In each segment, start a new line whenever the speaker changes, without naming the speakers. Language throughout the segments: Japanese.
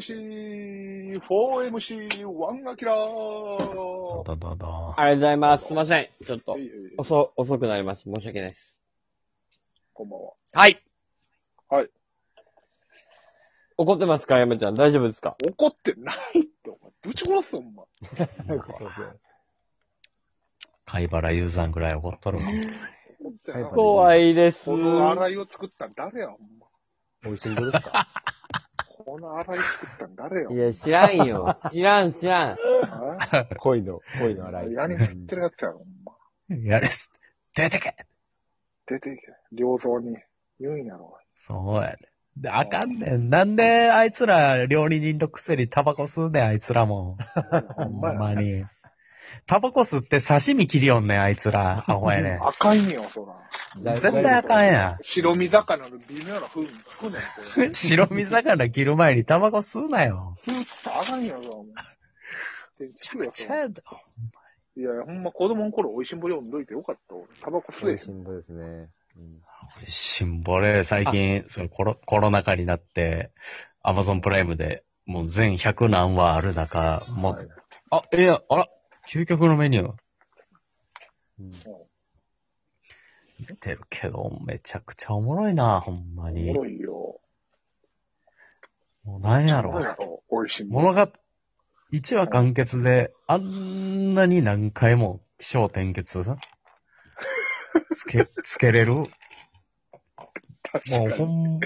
4MC、4MC、ワンアキラー。
だだだ。
ありがとうございます。すいません。ちょっと
えい、えい
遅、遅くなります。申し訳ないです。
こんばんは。
はい。
はい。
怒ってますか山ちゃん。大丈夫ですか
怒ってないって、お前、ぶち殺すぞ、お前。
貝原雄山ぐらい怒っとるもん。
怒ってない。
はい
怖いです。
この洗いを作ったん誰や、ほんま。
お一人どうですか
この洗い作ったん誰や。
いや、知らんよ。知らん、知らん。
あ
恋の、恋の洗い。
やに振ってるやつやろ、ほんま。
やれ、出てけ
出ていけ。良造に言うんやろ。
そうやね。で、あかんねん。なんで、あいつら、料理人のくせにタバコ吸うねん、あいつらも。
ほ
ほん
んまや。
まに。タバコ吸って刺身切りよんねん、あいつら。アホや ね
あかんよ、そら。
ん。絶対あかんや
白身魚の微妙な風味つくねん、これ。
ん。白身魚切る前にタバコ吸うなよ。
スープとあかんよ、そら、お前。でつくよ
ち
そ
ゃ
ら
やだ。
いや、ほんま子供の頃、美味しんぼ読んどいてよかった。俺タバコ吸え
恋
へん
しんどいですね。うん
しんぼれ、最近、そのコロコロナ禍になって、アマゾンプライムで、もう全100何話ある中、もう、
はい
あ、いや、あら、究極のメニュー。
うん
見てるけど、めちゃくちゃおもろいな、ほんま
お
に
も。ろいよ。
もうなんや
おもろい
ろ。
やろ。美味しいもん。
物が、一話完結で、あんなに何回も気象転結つけ、つけれるも
確
う
か
ほ
に。
ん、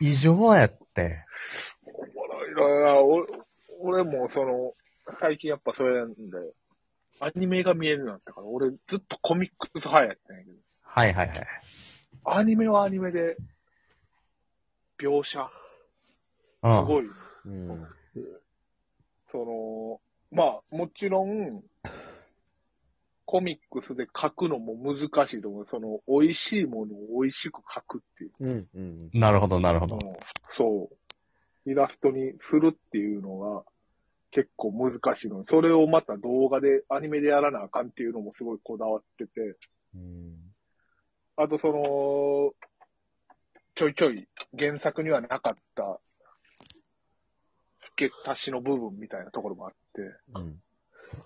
異常やって。
おもろいな。お俺もその、最近やっぱそれなんで、アニメが見えるようになったから、俺ずっとコミックス派やったんやけど、
はいはいはい。
アニメはアニメで、描写、
う
す
ん。
ごい。
うん。
その、まあ、もちろん、コミックスで書くのも難しいと思う。その、美味しいものを美味しく書くっていう。
うん。うん。
なるほどなるほど。
そう。イラストにするっていうのが結構難しいのに、それをまた動画で、アニメでやらなあかんっていうのもすごいこだわってて、
うん。
あとその、ちょいちょい原作にはなかった付け足しの部分みたいなところもあって、
うん。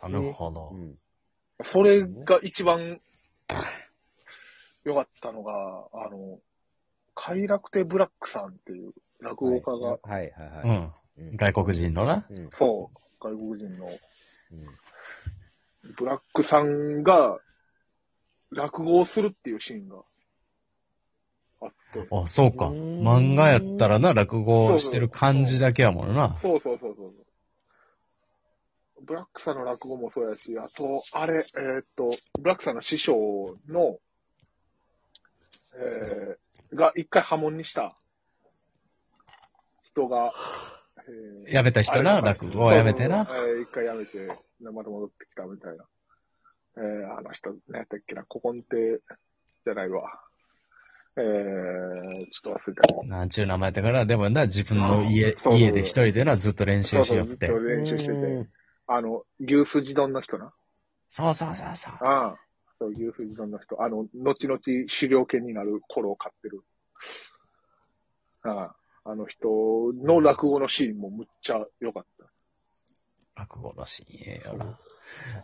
なるほど
う。ん。
それが一番良かったのが、あの、快楽亭ブラックさんっていう落語家が、
はいはいうはい。
ん。
うん
外国人のな。
うん。
そう、外国人の
うん
ブラックさんが、落語をするっていうシーンがあって。
あ、そうか。
うーん
漫画やったらな、落語してる感じだけやもんな。
そうそうそうそうそう。ブラックさんの落語もそうやし、あと、あれ、えーっと、ブラックさんの師匠の、えー、が一回破門にした人が、えー
やめた人
あ
な、
れ
落語をやめてな
そ。うそうそうえー一回やめて、でまた戻ってきたみたいな。えー、あの人、何やったっけな、古今亭じゃないわ。えー、ちょっと忘れた。
なんちゅう名前だから、でもな、自分の家
そう、そう
家で一人でな、ずっと練
そ
習
う
し
そ
よ
う、
っ
ずってと。練習して
う
て。
ん
あの、牛すじ丼の人な。
そうそうそうそう。
ああ。そう、牛すじ丼の人。あの、後々狩猟犬になる頃を飼ってる。ああ。あの人の落語のシーンもむっちゃ良かった。
落語らしいよな。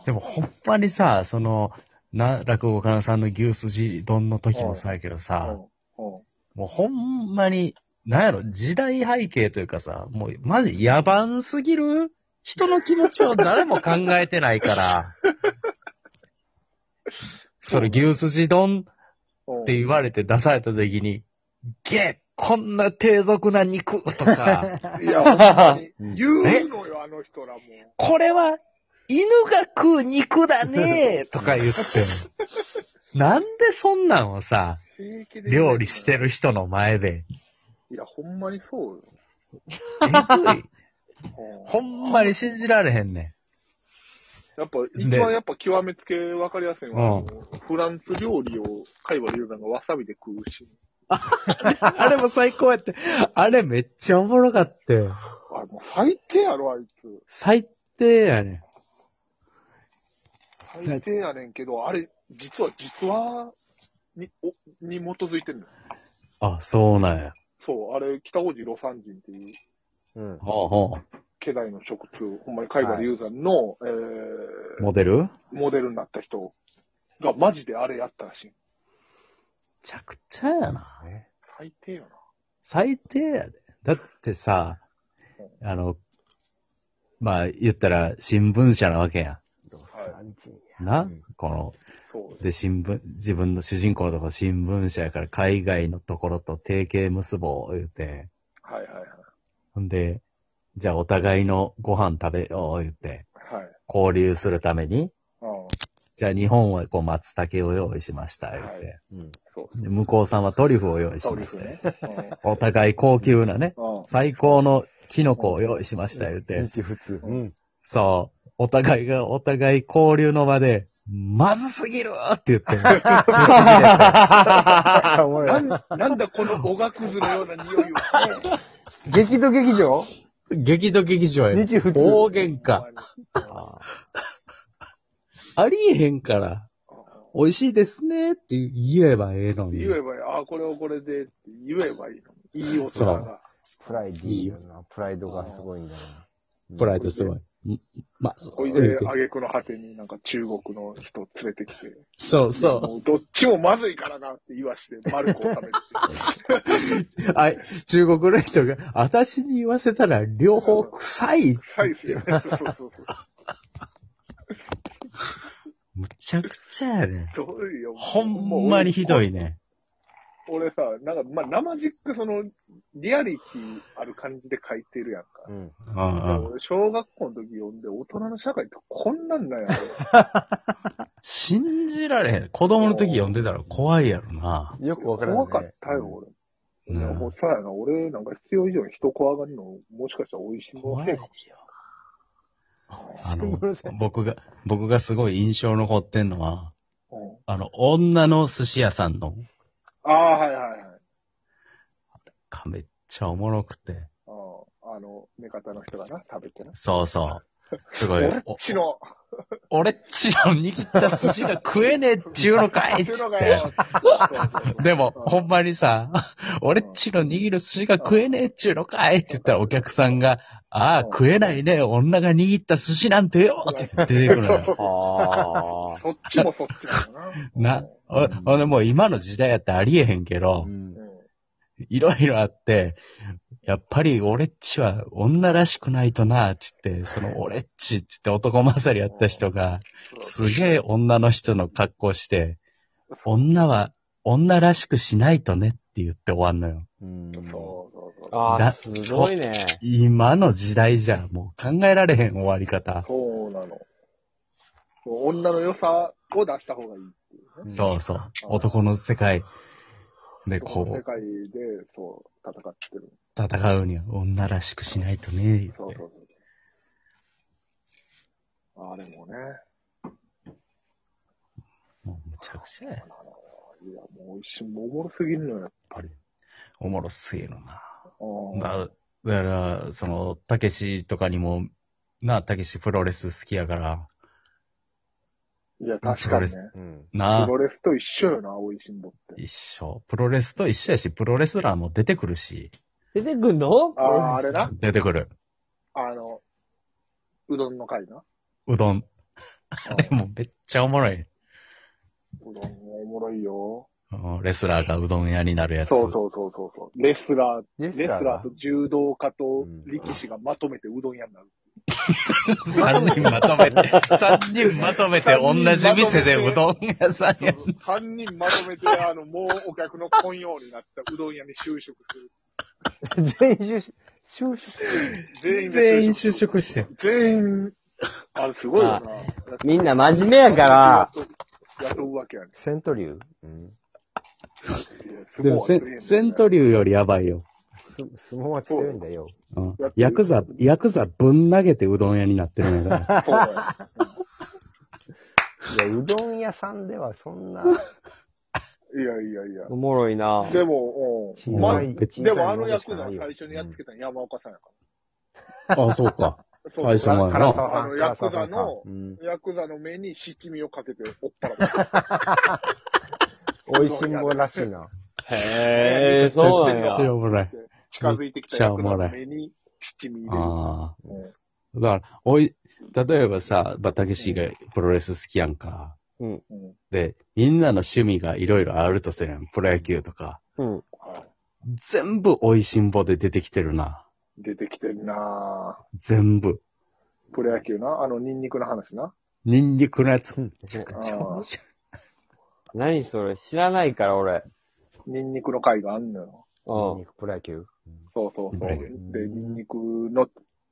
でもほんまにさ、その、な、落語家のさんの牛すじ丼の時もさやけど
う
さ、
ん。うん。
もうほんまに、なんやろ、時代背景というかさ、もうマジ野蛮すぎる人の気持ちを誰も考えてな いから。それ牛すじ丼
うん
って言われて出された時に、げこんな低俗な肉とか、
いや、ほんまに言う
え
のよ、あの人らも。
これは犬が食う肉だ ねとか言って。なんでそんなんをさ、
平気で言うのよ
料理して。る人の前で。
いや、ほんまにそうよ。
えぐい
ほ
ほんまに信じられへんね
やっぱ、一番やっぱ極めつけ分かりやすいのは、あのフランス料理を、海馬龍山がわさびで食うし、
ん。あれも最高やって。あれめっちゃおもろかったよ。
あれもう最低やろ、あいつ。
最低やね
最低やねんけど、あれ、実は、実話に、お、に基づいてんのよ。
あ、そうなんや。
そう、あれ、北王子魯山人っていう
うん。
ほうほ
家来の食通、ほんまに貝原雄山の、え
う。モデルめ
ー、モデルになった人がマジであれやったらしい。
ちゃくちゃやな。
ね。
最低よな。
最低やで。だってさ、あの、まあ、言ったら新聞社なわけや
ロスアンチ
ん。な、
うん
この、
そう
で、新聞、自分の主人公のとこ新聞社やから海外のところと提携結ぼう、言うて。
はいはいはい。
ほんで、じゃあお互いのご飯食べよう、言うて。
はい。
交流するために、
ああ、
じゃあ日本はこう松茸を用意しました、言うて。
うん。
そう。
で向こうさんはトリュフを用意し
そう
ま
で
し
す
た。
ね。
お互い高級なね、
うん。うん
最高のキノコを用意しました、言うて。
日普通。。
うん
そう。お互いが、お互い交流の場で、まずすぎるって言って。な
あちゃおもろい
なんなんだこのおがくずのような匂いは。
激怒劇
ん
場
激怒劇場や。
日普通
大喧嘩。ありえへんから、
うん
美味しいですねって言えばええのに。
言えばいい。ああ、これをこれでって言えばいいのに。いい大人が。
プライディーよな。プライドがすごいんだな。
プライドすごい。んま、そ
ほ
う
いで、挙句の果てになんか中国の人連れてきて。
そうそ。
もうどっちもまずいからなって言わして、丸子を食べるっていう
あい中国の人が、私に言わせたら両方臭い。
う。はい、すいません。そうそうそう。
むちゃくちゃやね。
どういうよ。
ほんまにひどいね。
俺さ、なんか、まあ、生じっくその、リアリティある感じで書いてるやんか。
うん。
うんうん。
俺小学校の時読んで、大人の社会ってこんなんなんやろ。
信じられへん。子供の時読んでたら怖いやろな。
よくわからんね
怖かったよ、俺。
うん
いやもうさやな、俺なんか必要以上に人怖がるの、もしかしたら美味しいものせいかもし
あ
新
の
聞社、
僕が、僕がすごい印象残ってんのは、
れん。うん
あの、女の寿司屋さんの、
ああ、はいはいはい。
めっちゃおもろくて。
ああの、目方の人がな、食べてな。
そうそう。すごい。
俺っちの、
お俺っちの握った寿司が食えねえっちゅうのかいっ
ち
つ
の
っ
がよ
て。。でも、
うん
ほんまにさ、俺っちの握る寿司が食えねえっちゅうのかいって言ったらお客さんが、ああ、食えないね、女が握った寿司なんてよって言って出てくるの
そう
よ
そうそう
ああ。
そっちもそっちだよな。
な、お、ほんでもう今の時代やってありえへんけど
う、ん
う。ん。
いろいろあって、やっぱり俺っちは女らしくないとな、って言って、その俺っちって言って男勝りやった人が、すげえ女の人の格好して、女は女らしくしないとねって言って終わんのよ。
うん。
そうそうそう。
あ
だ
あ、すごいね。
今の時代じゃもう考えられへん終わり方。
そうなの。もう女の良さを出した方がいい。
うん
そうそう。男の世界で
この世
こう、
界で、そう、戦ってる。
戦うには女らしくしないとね。
そうそうそう。あれもね、
もうむちゃくちゃや
あ。のいや、もう一瞬もおもろすぎるのよ、やっぱり。
おもろすぎるな。
うん
だだから、その、たけしとかにも、な、たけしプロレス好きやから、
いや、確かにね。
うん。
な
プ、ロレスと一緒よな、青いしんぼって。
一緒。プロレスと一緒やし、プロレスラーも出てくるし、
出てくんの
ああ、あれな、
出てくる。
あの、うどんの 回な。
うどん。あれもめっちゃおもろい。
うどんもおもろいよ。
うんレスラーがうどん屋になるやつ。
そうそうそうそうそう。レスラー、
レ
レスラーと柔道家と
うん
力士がまとめてうどん屋になる。
三人まと めて、三人まとめて同じ店でうどん屋さん
そう
や
そ。う三人まとめて、あの、もうお客の混用になったうどん屋に就職する。
全員就職。就職。
全員が
全員就職してる。
全員、あれすごいよな。
みんな真面目やから。
雇う雇うわけやね。
セントリューうん。
でもセン、セント
ー。
リューよりやばいよ。
す相撲は強いんだよ。
うんヤクザ、ヤクザぶん投げてうどん屋になってるんやから。
そうだよ
いや、うどん屋さんではそんな、
いやいやいや。
おもろいな。
でも、うん。
ま
ま
あ
ず、
別に
でもあのヤクザ最初にやっつけたの山岡さんやか
あ、そうか。
ら。そう
最初のやな。
唐沢さん
あのヤクザの
うん
ヤクザの目に七味をかけておっぱらった。
美味しんぼらしいな。
へえ、そうなん
めっち
や。
ゃおもろい。
近づいてきたヤクザの目に七味入れる。
あ
うん
あ。だから、おい、例えばさ、まあ、たけしがプロレス好きやんか。
うん
で、みんなの趣味がいろいろあるとするやん。プロ野球とか。
うん。
はい
全部美味しんぼで出てきてるな。
出てきてるなぁ
全部。
プロ野球な。あの、ニンニクの話な。
ニンニクのやつ、めちゃくちゃ
あー
面白い。
何それ知らないから、俺。
ニンニクの回があんのよ。
うん。
肉プロ野球。
そうそうそう。
は
で
い、
ニンニクの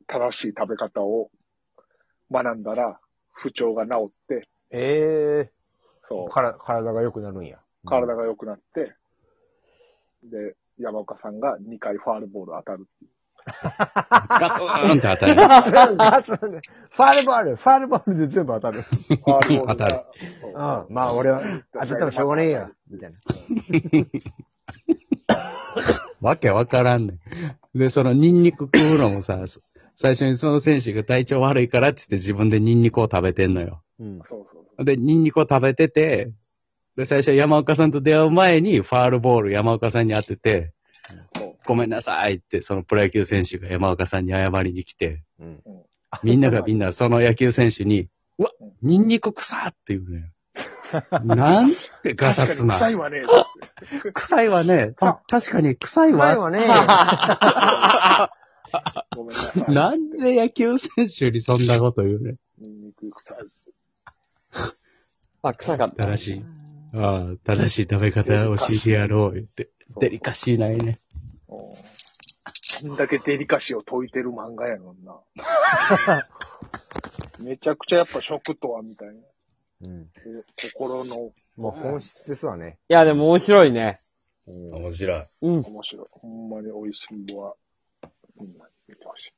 正しい食べ方を学んだら、不調が治って、
え
そ
え
う。
から、体が良くなるんや。
体が良くなって、で、山岡さんが2回ファールボール当たる。
ガツーンって当た る。
ガツンファールボール、ファールボールで全部当た る。。
ファールボール
当たる
が。そううん
まあ俺は、当たってもしょうがねえや。みたいな。
わけわからんねん。で、そのニンニク食うのもさ、そ最初にその選手が体調悪いからって言って自分でニンニクを食べてんのよ。
うん。
そうそうそう。
で、ニンニクを食べてて、で、最初山岡さんと出会う前にファールボール山岡さんに当てて、
そう
ごめんなさいって、そのプロ野球選手が山岡さんに謝りに来て、
うん。
みんながみんなその野球選手に、うわ、ニンニク臭って言うね。なんてガサ
確か
ツ
に
な。
臭いわね。
臭いわね。あ確かに臭い
前
わ。
はね、
ごめんなさい。
なんで野球選手にそんなこと言うね。
ニンニク臭い。
あ、臭かった。
正しい。ああ、正しい食べ方を教えてやろう、言って。デリカシーないね。
おーこんだけデリカシーを解いてる漫画やの んな。めちゃくちゃやっぱ食とはみたいな。
うん。
え心の
もう本質ですわね。
いや、でも面白いね。
うん
面白い。
うん。
面白い。ほんまに美味しいもは、みんな見てほしい。